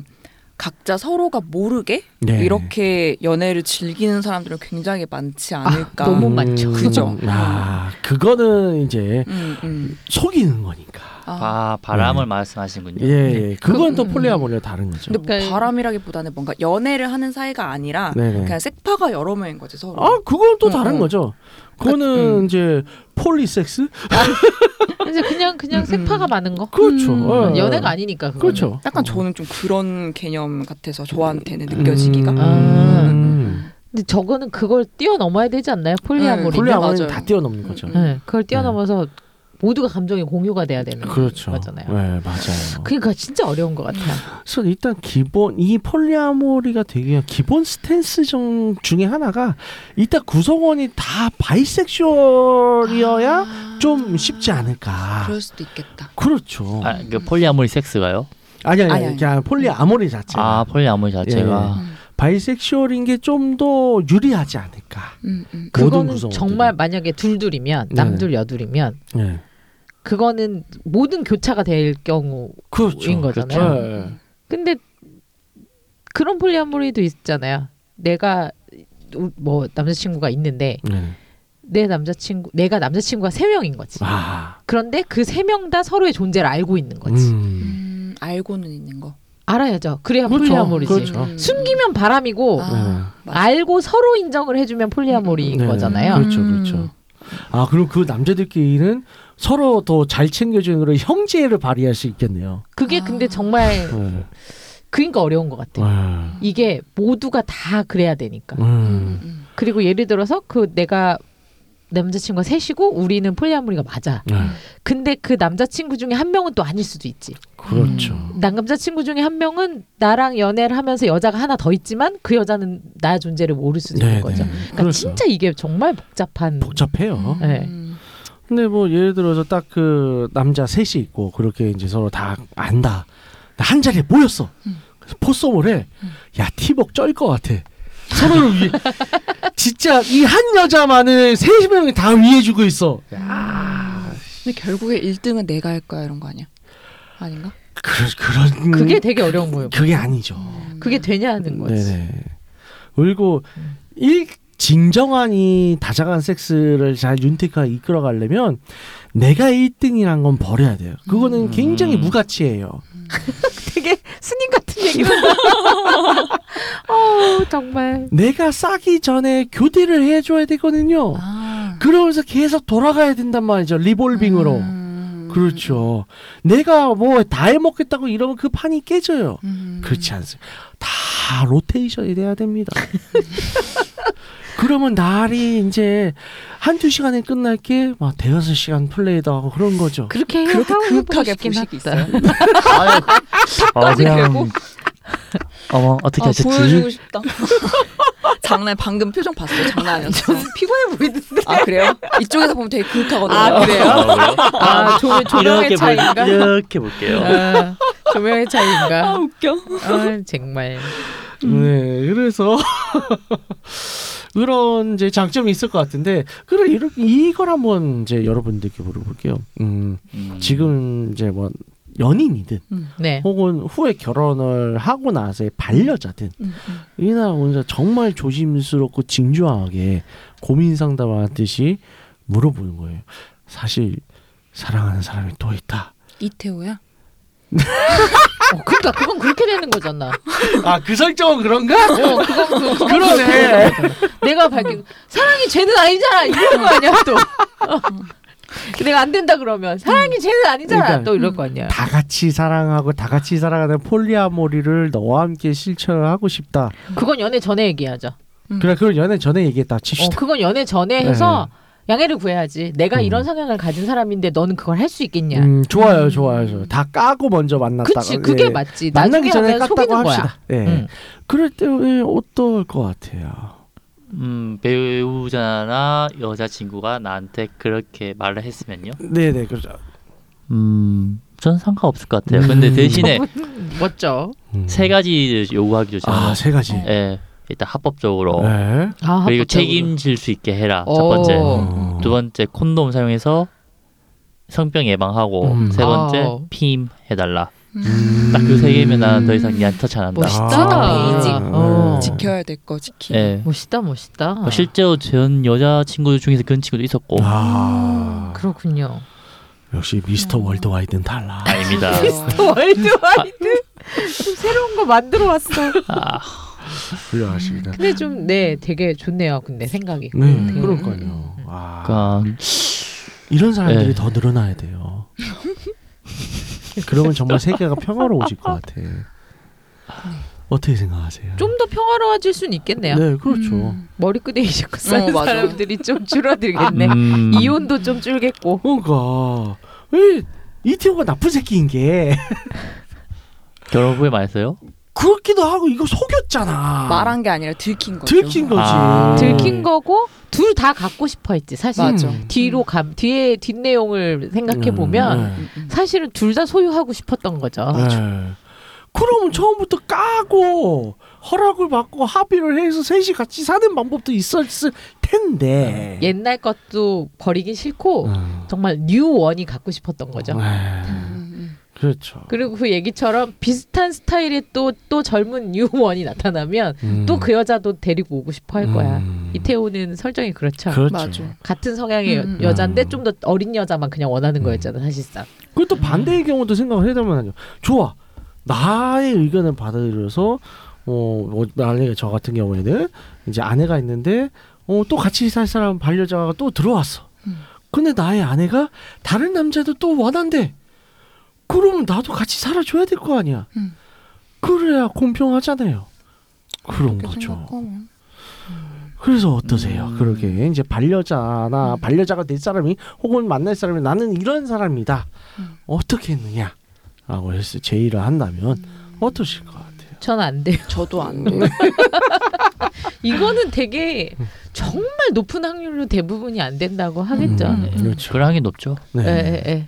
각자 서로가 모르게
네.
이렇게 연애를 즐기는 사람들은 굉장히 많지 않을까.
아, 너무 많죠.
그죠?
음, 아, 그거는 이제
음, 음.
속이는 거니까.
아.
아 바람을
네.
말씀하시는군요.
예, 예. 그건 또
그-
폴리아모리와 다른 거죠.
근데 뭐
그러니까-
바람이라기보다는 뭔가 연애를 하는 사이가 아니라
네네.
그냥 섹파가 여러 명인 거지 서로.
아, 그건 또
어,
다른
어.
거죠. 그거는
음.
이제 폴리섹스?
그래서 그냥 그냥
음,
세파가 많은 거.
그렇죠.
음,
예.
연애가 아니니까 그거는.
그렇죠.
약간 저는 좀 그런 개념 같아서 저한테는 느껴지기가.
음.
아.
음.
근데 저거는 그걸 뛰어넘어야 되지 않나요? 폴리아모리.
폴리-
네, 폴리아모리는
맞아요.
다 뛰어넘는 거죠.
음, 음.
네, 그걸 뛰어넘어서 모두가 감정이 공유가 돼야 되는
그렇죠.
거잖아요.
네, 맞아요.
그러니까 진짜 어려운 것 같아요.
그래서 일단 기본 이 폴리아모리가 되게 기본 스탠스 중 중에 하나가 일단 구성원이 다 바이섹슈얼이어야 아. 좀 쉽지 않을까.
그럴 수도 있겠다.
그렇죠.
아, 그 폴리아모리 섹스가요?
아니 아니,
아니,
아니
아니.
그냥 폴리아모리 자체가 예,
아 폴리아모리 자체가
바이섹슈얼인 게 좀 더 유리하지 않을까.
음, 음.
모든
그거는
구성원들이.
정말 만약에 둘둘이면
네.
남둘 여둘이면
예.
그거는 모든 교차가 될 경우.
그렇죠.
인 거잖아요.
그렇죠. 예, 예.
근데 그런 폴리아모리도 있잖아요. 내가 뭐 남자친구가 있는데
네.
내 남자친구 내가 남자친구가 세 명인 거지.
아.
그런데 그 세 명 다 서로의 존재를 알고 있는 거지.
음.
음, 알고는 있는 거.
알아야죠. 그래야
그렇죠.
폴리아모리지.
그렇죠.
음.
숨기면 바람이고
아, 맞아.
알고 서로 인정을 해주면 폴리아모리인
네, 네.
거잖아요.
그렇죠, 그렇죠. 아 그럼 그 남자들끼리는 서로 더 잘 챙겨주는 그런 형제를 발휘할 수 있겠네요.
그게
아.
근데 정말
예.
그러니까 어려운 것 같아요.
예.
이게 모두가 다 그래야 되니까.
음.
음,
그리고 예를 들어서 그 내가 남자친구가 셋이고 우리는 폴리아모리가 맞아.
네,
근데 그 남자친구 중에 한 명은 또 아닐 수도 있지.
그렇죠.
음.
음.
남자친구 중에 한 명은 나랑 연애를 하면서 여자가 하나 더 있지만 그 여자는 나 존재를 모를 수도
네, 어.
있는 거죠.
네.
그러니까 진짜 이게 정말 복잡한
복잡해요.
음.
네.
음.
근데 뭐 예를 들어서 딱 그 남자 셋이 있고 그렇게 이제 서로 다 안다. 근데 한 자리에 모였어.
음.
그래서 포썸을 해. 야 티벅 쩔것 같아. 서로를 위해. 진짜 이 한 여자만을 세 명이 다 위해주고 있어.
근데 결국에 1등은 내가 할 거야 이런 거 아니야? 아닌가?
그, 그런
그게 되게 어려운 거예요.
그게 아니죠.
그게 되냐는 거지.
음. 네네. 그리고 일 진정한 이 다자간 섹스를 잘 윤택하게 이끌어가려면 내가 1등이란 건 버려야 돼요. 그거는
음.
굉장히 무가치예요.
되게 스님 같은 얘기만. 어 정말.
내가 싸기 전에 교대를 해줘야 되거든요.
아.
그러면서 계속 돌아가야 된단 말이죠. 리볼빙으로.
음.
그렇죠. 내가 뭐 다 해먹겠다고 이러면 그 판이 깨져요.
음.
그렇지 않습니다. 다 로테이션이 돼야 됩니다. 그러면 날이 이제 한두 시간에 끝날 게 막 대여섯 시간 플레이도 하고 그런 거죠.
그렇게 해야
그렇게
하고
급하게
싶긴
부식이
하다.
있어요.
아유, 어, 그냥
결국.
어머 어떻게
아,
하셨지?
보여주고 싶다. 장난 방금 표정 봤어요. 장난 아니었어.
피곤해 보이는데.
아 그래요? 이쪽에서 보면 되게 그윽하거든요. 음,
아, 그래요?
아, 그래요?
아, 조,
이렇게
조명의
볼-
차이인가?
이렇게 볼게요.
아, 조명의 차이인가?
웃겨.
아, 정말.
네, 그래서 그런 이제 장점이 있을 것 같은데 그럼 이렇게 이걸 한번 이제 여러분들께 물어볼게요. 음,
음.
지금 이제 뭐 연인이든
네.
혹은 후에 결혼을 하고 나서의 반려자든
음.
이나 혼자 정말 조심스럽고 진중하게 고민 상담하듯이 물어보는 거예요. 사실 사랑하는 사람이 또 있다.
이태호야?
어, 그러니까 그건 그렇게 되는 거잖아.
아 그 설정은 그런가?
어, 그건 그, 그건
그러네.
그렇게 되는 거잖아. 내가 밝힌 사랑이 죄는 아니잖아. 이럴 거 아니야 또. 어. 내가 안 된다 그러면 사랑이 죄는 아니잖아.
그러니까.
또 이럴 거 아니야.
다 같이 사랑하고 다 같이 살아가는 폴리아모리를 너와 함께 실천하고 싶다.
그건 연애 전에 얘기하자.
그래 그걸 연애 전에 얘기했다
음. 어,
칩시다. 네.
그건 연애 전에 해서 양해를 구해야지. 내가 이런 성향을 가진 사람인데 너는 그걸 할 수 있겠냐?
음, 좋아요, 좋아요, 좋아요. 다 까고 먼저 만났다가
그치, 그게
예.
맞지. 나중에
만나기 전에
하면
깠다고
속이는 거야. 음.
합시다. 예.
응.
그럴 때 예, 어떨 것 같아요?
음, 배우자나 여자친구가 나한테 그렇게 말을 했으면요?
네네 그렇죠.
음, 전 상관없을 것 같아요. 근데
음.
대신에
멋져.
음.
세 가지를 요구하기로
아,
잖아요
세 가지.
예, 일단 합법적으로
네.
아,
그리고
합법적으로.
책임질 수 있게 해라. 첫
어.
번째,
어.
두 번째 콘돔 사용해서 성병 예방하고
음.
세 번째
아.
피임 해달라.
음.
딱 그 세 개면 나는 더 이상 니한 터치 안 한다.
멋있다.
아,
베이직.
어.
지켜야 될 거 지키.
네.
예.
멋있다, 멋있다.
뭐 실제로 전 여자 친구 중에서 그런 친구도 있었고
아,
그렇군요.
음. 역시 미스터 월드와이드는 달라.
아닙니다.
어.
월드와이드 좀 새로운 거 만들어 왔어.
아,
훌륭하십니다.
근데 좀 네, 되게 좋네요. 근데 생각이.
네,
되게.
그러니까요. 아,
그러니까
이런 사람들이
네.
더 늘어나야 돼요. 그러면 정말 세계가 평화로워질 것 같아. 어떻게 생각하세요?
좀 더 평화로워질 순 있겠네요. 음.
네, 그렇죠.
머리끄댕이 자꾸 싸는
어, 맞아.
사람들이 좀 줄어들겠네.
음,
이혼도 좀 줄겠고.
그러니까 왜 이태호가 나쁜 새끼인 게
결혼 후에 말했어요?
그렇기도 하고 이거 속였잖아.
말한 게 아니라 들킨 거죠.
들킨 거지.
아.
들킨 거고 둘 다 갖고 싶어 했지. 사실
맞아.
음.
뒤로 감 뒤에 뒷내용을 생각해 보면
음, 네.
음, 음.
사실은 둘 다 소유하고 싶었던 거죠.
네. 그러면 처음부터 까고 허락을 받고 합의를 해서 셋이 같이 사는 방법도 있었을 텐데.
옛날 것도 버리긴 싫고
음.
정말 뉴 원이 갖고 싶었던 거죠.
네.
음,
그렇죠.
그리고 그 얘기처럼 비슷한 스타일의 또 또 젊은 뉴 원이 나타나면
음.
또 그 여자도 데리고 오고 싶어 할 거야.
음.
이태호는 설정이 그렇죠.
그렇죠.
맞아.
같은 성향의 여-
음, 음.
여잔데 좀 더 어린 여자만 그냥 원하는 거였잖아 사실상.
그리고 또
음.
반대의 경우도 생각을 해보면 하죠. 좋아. 나의 의견을 받아들여서 어, 뭐, 만약에 저 같은 경우에는 이제 아내가 있는데 어, 또 같이 살 사람 반려자가 또 들어왔어.
음.
근데 나의 아내가 다른 남자도 또 원한대. 그러면 나도 같이 살아줘야 될 거 아니야.
음.
그래야 공평하잖아요. 그런
그렇게
거죠.
생각하면.
그래서 어떠세요? 그렇게 이제 반려자나 반려자가 될 사람이 혹은 만날 사람이 나는 이런 사람이다.
음.
어떻게 했느냐? 라고 해서 제의를 한다면 어떠실 것 같아요?
전 안 돼요.
저도
음.
안 돼.
이거는 되게 정말 높은 확률로 대부분이 안 된다고 하겠죠.
음,
네.
그렇죠.
그런 게 높죠.
네.
예, 예, 예.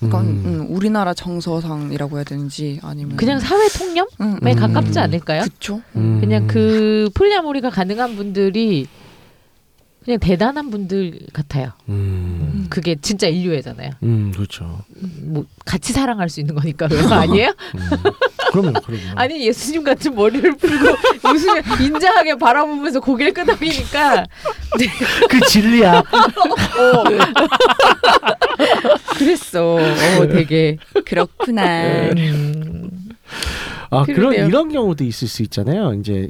그건
음.
음, 우리나라 정서상이라고 해야 되는지 아니면
그냥 사회 통념에
음,
음.
가깝지 않을까요?
그쵸?
음.
그냥 그 폴리아모리가 가능한 분들이 그냥 대단한 분들 같아요.
음.
음.
그게 진짜 인류애잖아요.
음, 그렇죠.
뭐 같이 사랑할 수 있는 거니까 그거 아니에요?
음. 그러면 그러면.
아니 예수님 같은 머리를 풀고 무슨 인자하게 바라보면서 고개를 끄덕이니까
그 진리야.
그랬어. 어, 되게
그렇구나.
네.
음,
아, 그런
그러네요.
이런 경우도 있을 수 있잖아요. 이제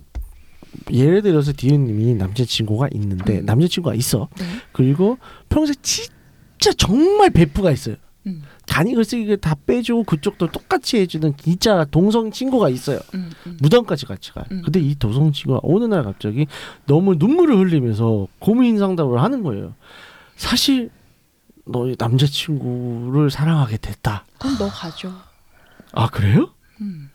예를 들어서 디윤님이 남자친구가 있는데 남자친구가 있어.
네.
그리고 평소에 진짜 정말 베프가 있어요.
음.
간이 글쓰기 다 빼주고 그쪽도 똑같이 해주는 진짜 동성 친구가 있어요.
음, 음.
무덤까지 같이 가요.
음.
근데 이 동성 친구가 어느 날 갑자기 너무 눈물을 흘리면서 고민 상담을 하는 거예요. 사실 너의 남자친구를 사랑하게 됐다.
그럼 너 가죠.
아 그래요?
음.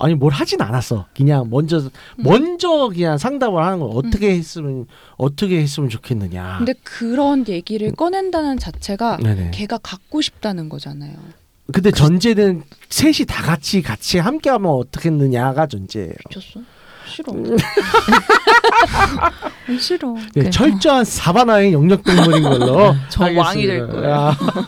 아니 뭘 하진 않았어. 그냥 먼저 먼저 그냥 상담을 하는 걸 어떻게 했으면 어떻게 했으면 좋겠느냐.
음. 근데 그런
음.
얘기를 꺼낸다는 자체가
네네.
걔가 갖고 싶다는 거잖아요.
근데 전제는 셋이 다 같이 같이 함께하면 어떻겠느냐가 전제예요.
미쳤어? 싫어. 음, 싫어.
네,
그래요?
철저한 사바나의 영역 동물인 걸로
네, 저
하겠습니다.
왕이 될 거예요. 음.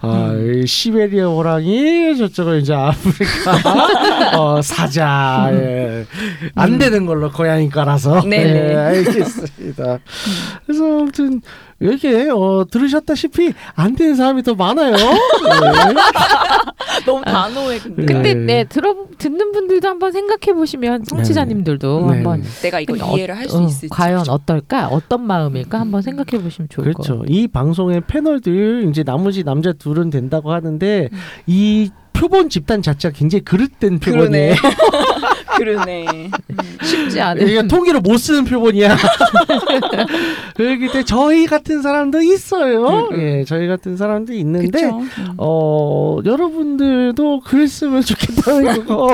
아, 아, 이 시베리아 호랑이 저쪽은 이제 아프리카 어, 사자 예. 안 되는 걸로 고양이과라서
음. 네네.
예, 알겠습니다. 그래서 아무튼 이렇게 어, 들으셨다시피 안 되는 사람이 더 많아요. 네.
너무
아.
단호해 근데.
근데
네.
네 들어 듣는 분들도 한번 생각해 보시면 청취자님들도
네.
한번
내가 이걸
근데 어-
이해를 할 수
어,
있을지.
과연 어떨까 어떤 마음일까 한번 생각해 보시면 좋을 것 같아요.
그렇죠. 이 방송의 패널들 이제 나머지 남자 둘은 된다고 하는데
음.
이 표본 집단 자체가 굉장히 그릇된 표본이에요.
그러네.
그러네. 음.
쉽지
이게
않은
그러니까 통일을 못 쓰는 표본이야. 그렇기 때문에 저희 같은 사람도 있어요.
음,
예, 저희 같은 사람도 있는데
그쵸? 음.
어 여러분들도 글 쓰면 좋겠다는 거고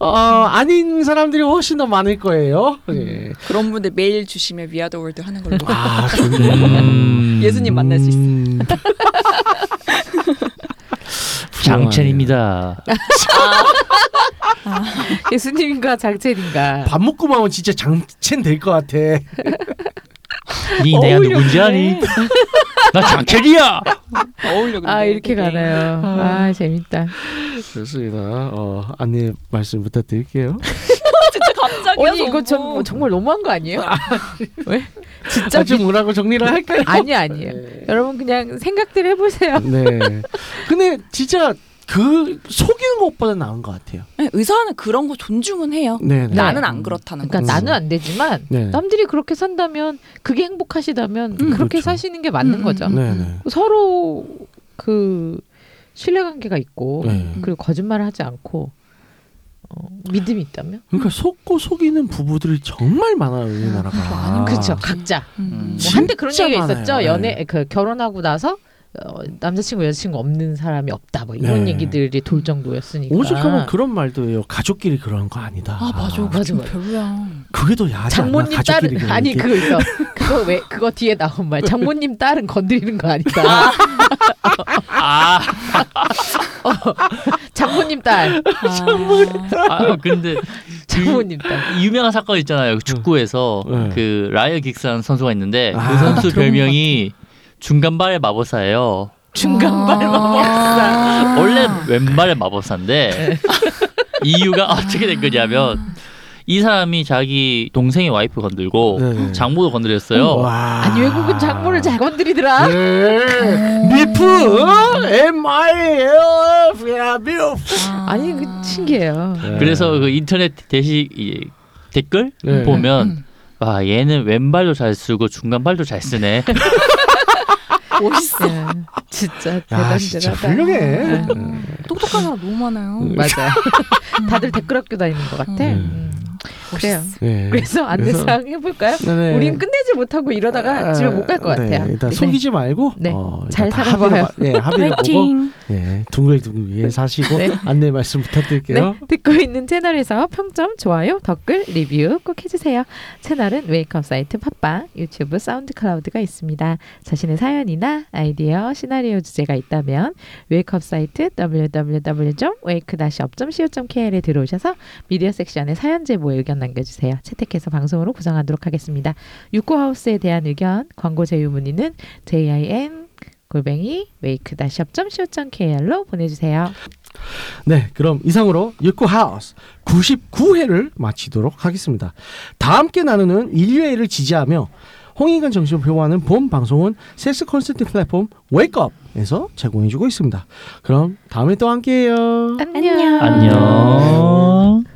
어 아닌 사람들이 훨씬 더 많을 거예요. 예.
그런 분들 메일 주시면 위아더월드 하는 걸로.
아 좋네요.
음,
예수님 만날 수 있어.
음.
장첸입니다.
예수님과 장첸인가.
밥 먹고 마면 진짜 장첸 될 것 같아.
니 내가
어울려,
누군지 아니? 나 장첸이야.
어울려.
아 이렇게 가나요. 아 재밌다.
좋습니다. 어, 안내 말씀 부탁드릴게요.
갑자기
아니 이거 전 뭐, 정말 너무한 거 아니에요? 왜? 진짜
자, 아, 좀 네. 뭐라고 정리를 할까요?
아니 아니에요. 여러분 그냥 생각들 해보세요.
네. 근데 진짜 그 속이는 것보다 나은 것 같아요.
네, 의사는 그런 거 존중은 해요.
네.
나는 안 그렇다는
그러니까
음.
거.
나는 안 되지만
네.
남들이 그렇게 산다면 그게 행복하시다면 그렇게
그렇죠.
사시는 게 맞는
음,
거죠.
음,
네네.
서로 그 신뢰관계가 있고
네.
그리고 거짓말을 하지 않고 어, 믿음이 있다면
그러니까 속고 속이는 부부들이 정말 많아요 우리나라가.
그렇죠 각자
음.
뭐 한때 그런
진짜
얘기가
많아요.
있었죠.
네.
연애 그 결혼하고 나서 어, 남자친구 여자친구 없는 사람이 없다 뭐 이런
네.
얘기들이 돌 정도였으니까.
오죽하면 그런 말도 해요. 가족끼리 그런 거 아니다.
아 맞아.
아. 맞아,
맞아.
맞아.
별로야.
그게 더 야하지 않나?
장모님
가족끼리
딸은
그런
아니
게.
그거 있어. 그거 왜 그거 뒤에 나온 말. 장모님 딸은 건드리는 거 아니다.
아,
장모님 딸,
그
아 근데
장모님 딸.
유명한 사건 있잖아요. 그 축구에서
네.
그 라이어 긱스라는 선수가 있는데
아.
그 선수 별명이 중간발의 마법사예요.
중간발
아.
어, 마법사.
원래 왼발의 마법사인데 이유가 어떻게 된 거냐면 이 사람이 자기 동생의 와이프 건들고
네. 음.
장모도 건드렸어요.
와.
아니 외국은 장모를 잘 건드리더라.
아. 네. 미프 M I L F 야 미프.
아니 그 신기해요.
그래서 그 인터넷 대시 이 댓글
네.
보면 와 얘는 왼발도 잘 쓰고 중간발도 잘 쓰네.
멋있어. 네. 진짜
야 진짜
대단하다.
훌륭해.
아.
네.
음.
똑똑한 사람 너무 많아요.
맞아. 다들 댓글 학교 다니는 것 같아. 음. 그래요.
네.
그래서 안내사항 해볼까요?
네네.
우린 끝내지 못하고 이러다가 집에 못 갈 것
네,
같아요.
일단 속이지 말고
네.
어,
잘
일단 다
살아봐요.
합의를 봐- 네, 합의를 보고 네, 둥글둥글 예, 사시고
네.
안내 말씀
네,
부탁드릴게요.
듣고 있는 채널에서 평점, 좋아요, 댓글, 리뷰 꼭 해주세요. 채널은 웨이크업 사이트 팟빵, 유튜브 사운드 클라우드가 있습니다. 자신의 사연이나 아이디어, 시나리오 주제가 있다면 웨이크업 사이트 www.wake-up.co.kr에 들어오셔서 미디어 섹션에 사연
네, 뭐
제보에 의견 남겨주세요. 채택해서 방송으로 구성하도록 하겠습니다. 유코하우스에 대한 의견, 광고 제휴 문의는 jim 골뱅이 wake-up.co.kr로 보내주세요.
네, 그럼 이상으로 육구 하우스 99회를 마치도록 하겠습니다. 다 함께 나누는 인류애를 지지하며 홍익은 정신을 표방하는 본 방송은 섹스 컨설팅 플랫폼 웨이크업에서 제공해주고 있습니다. 그럼 다음에 또 함께해요.
안녕.
안녕.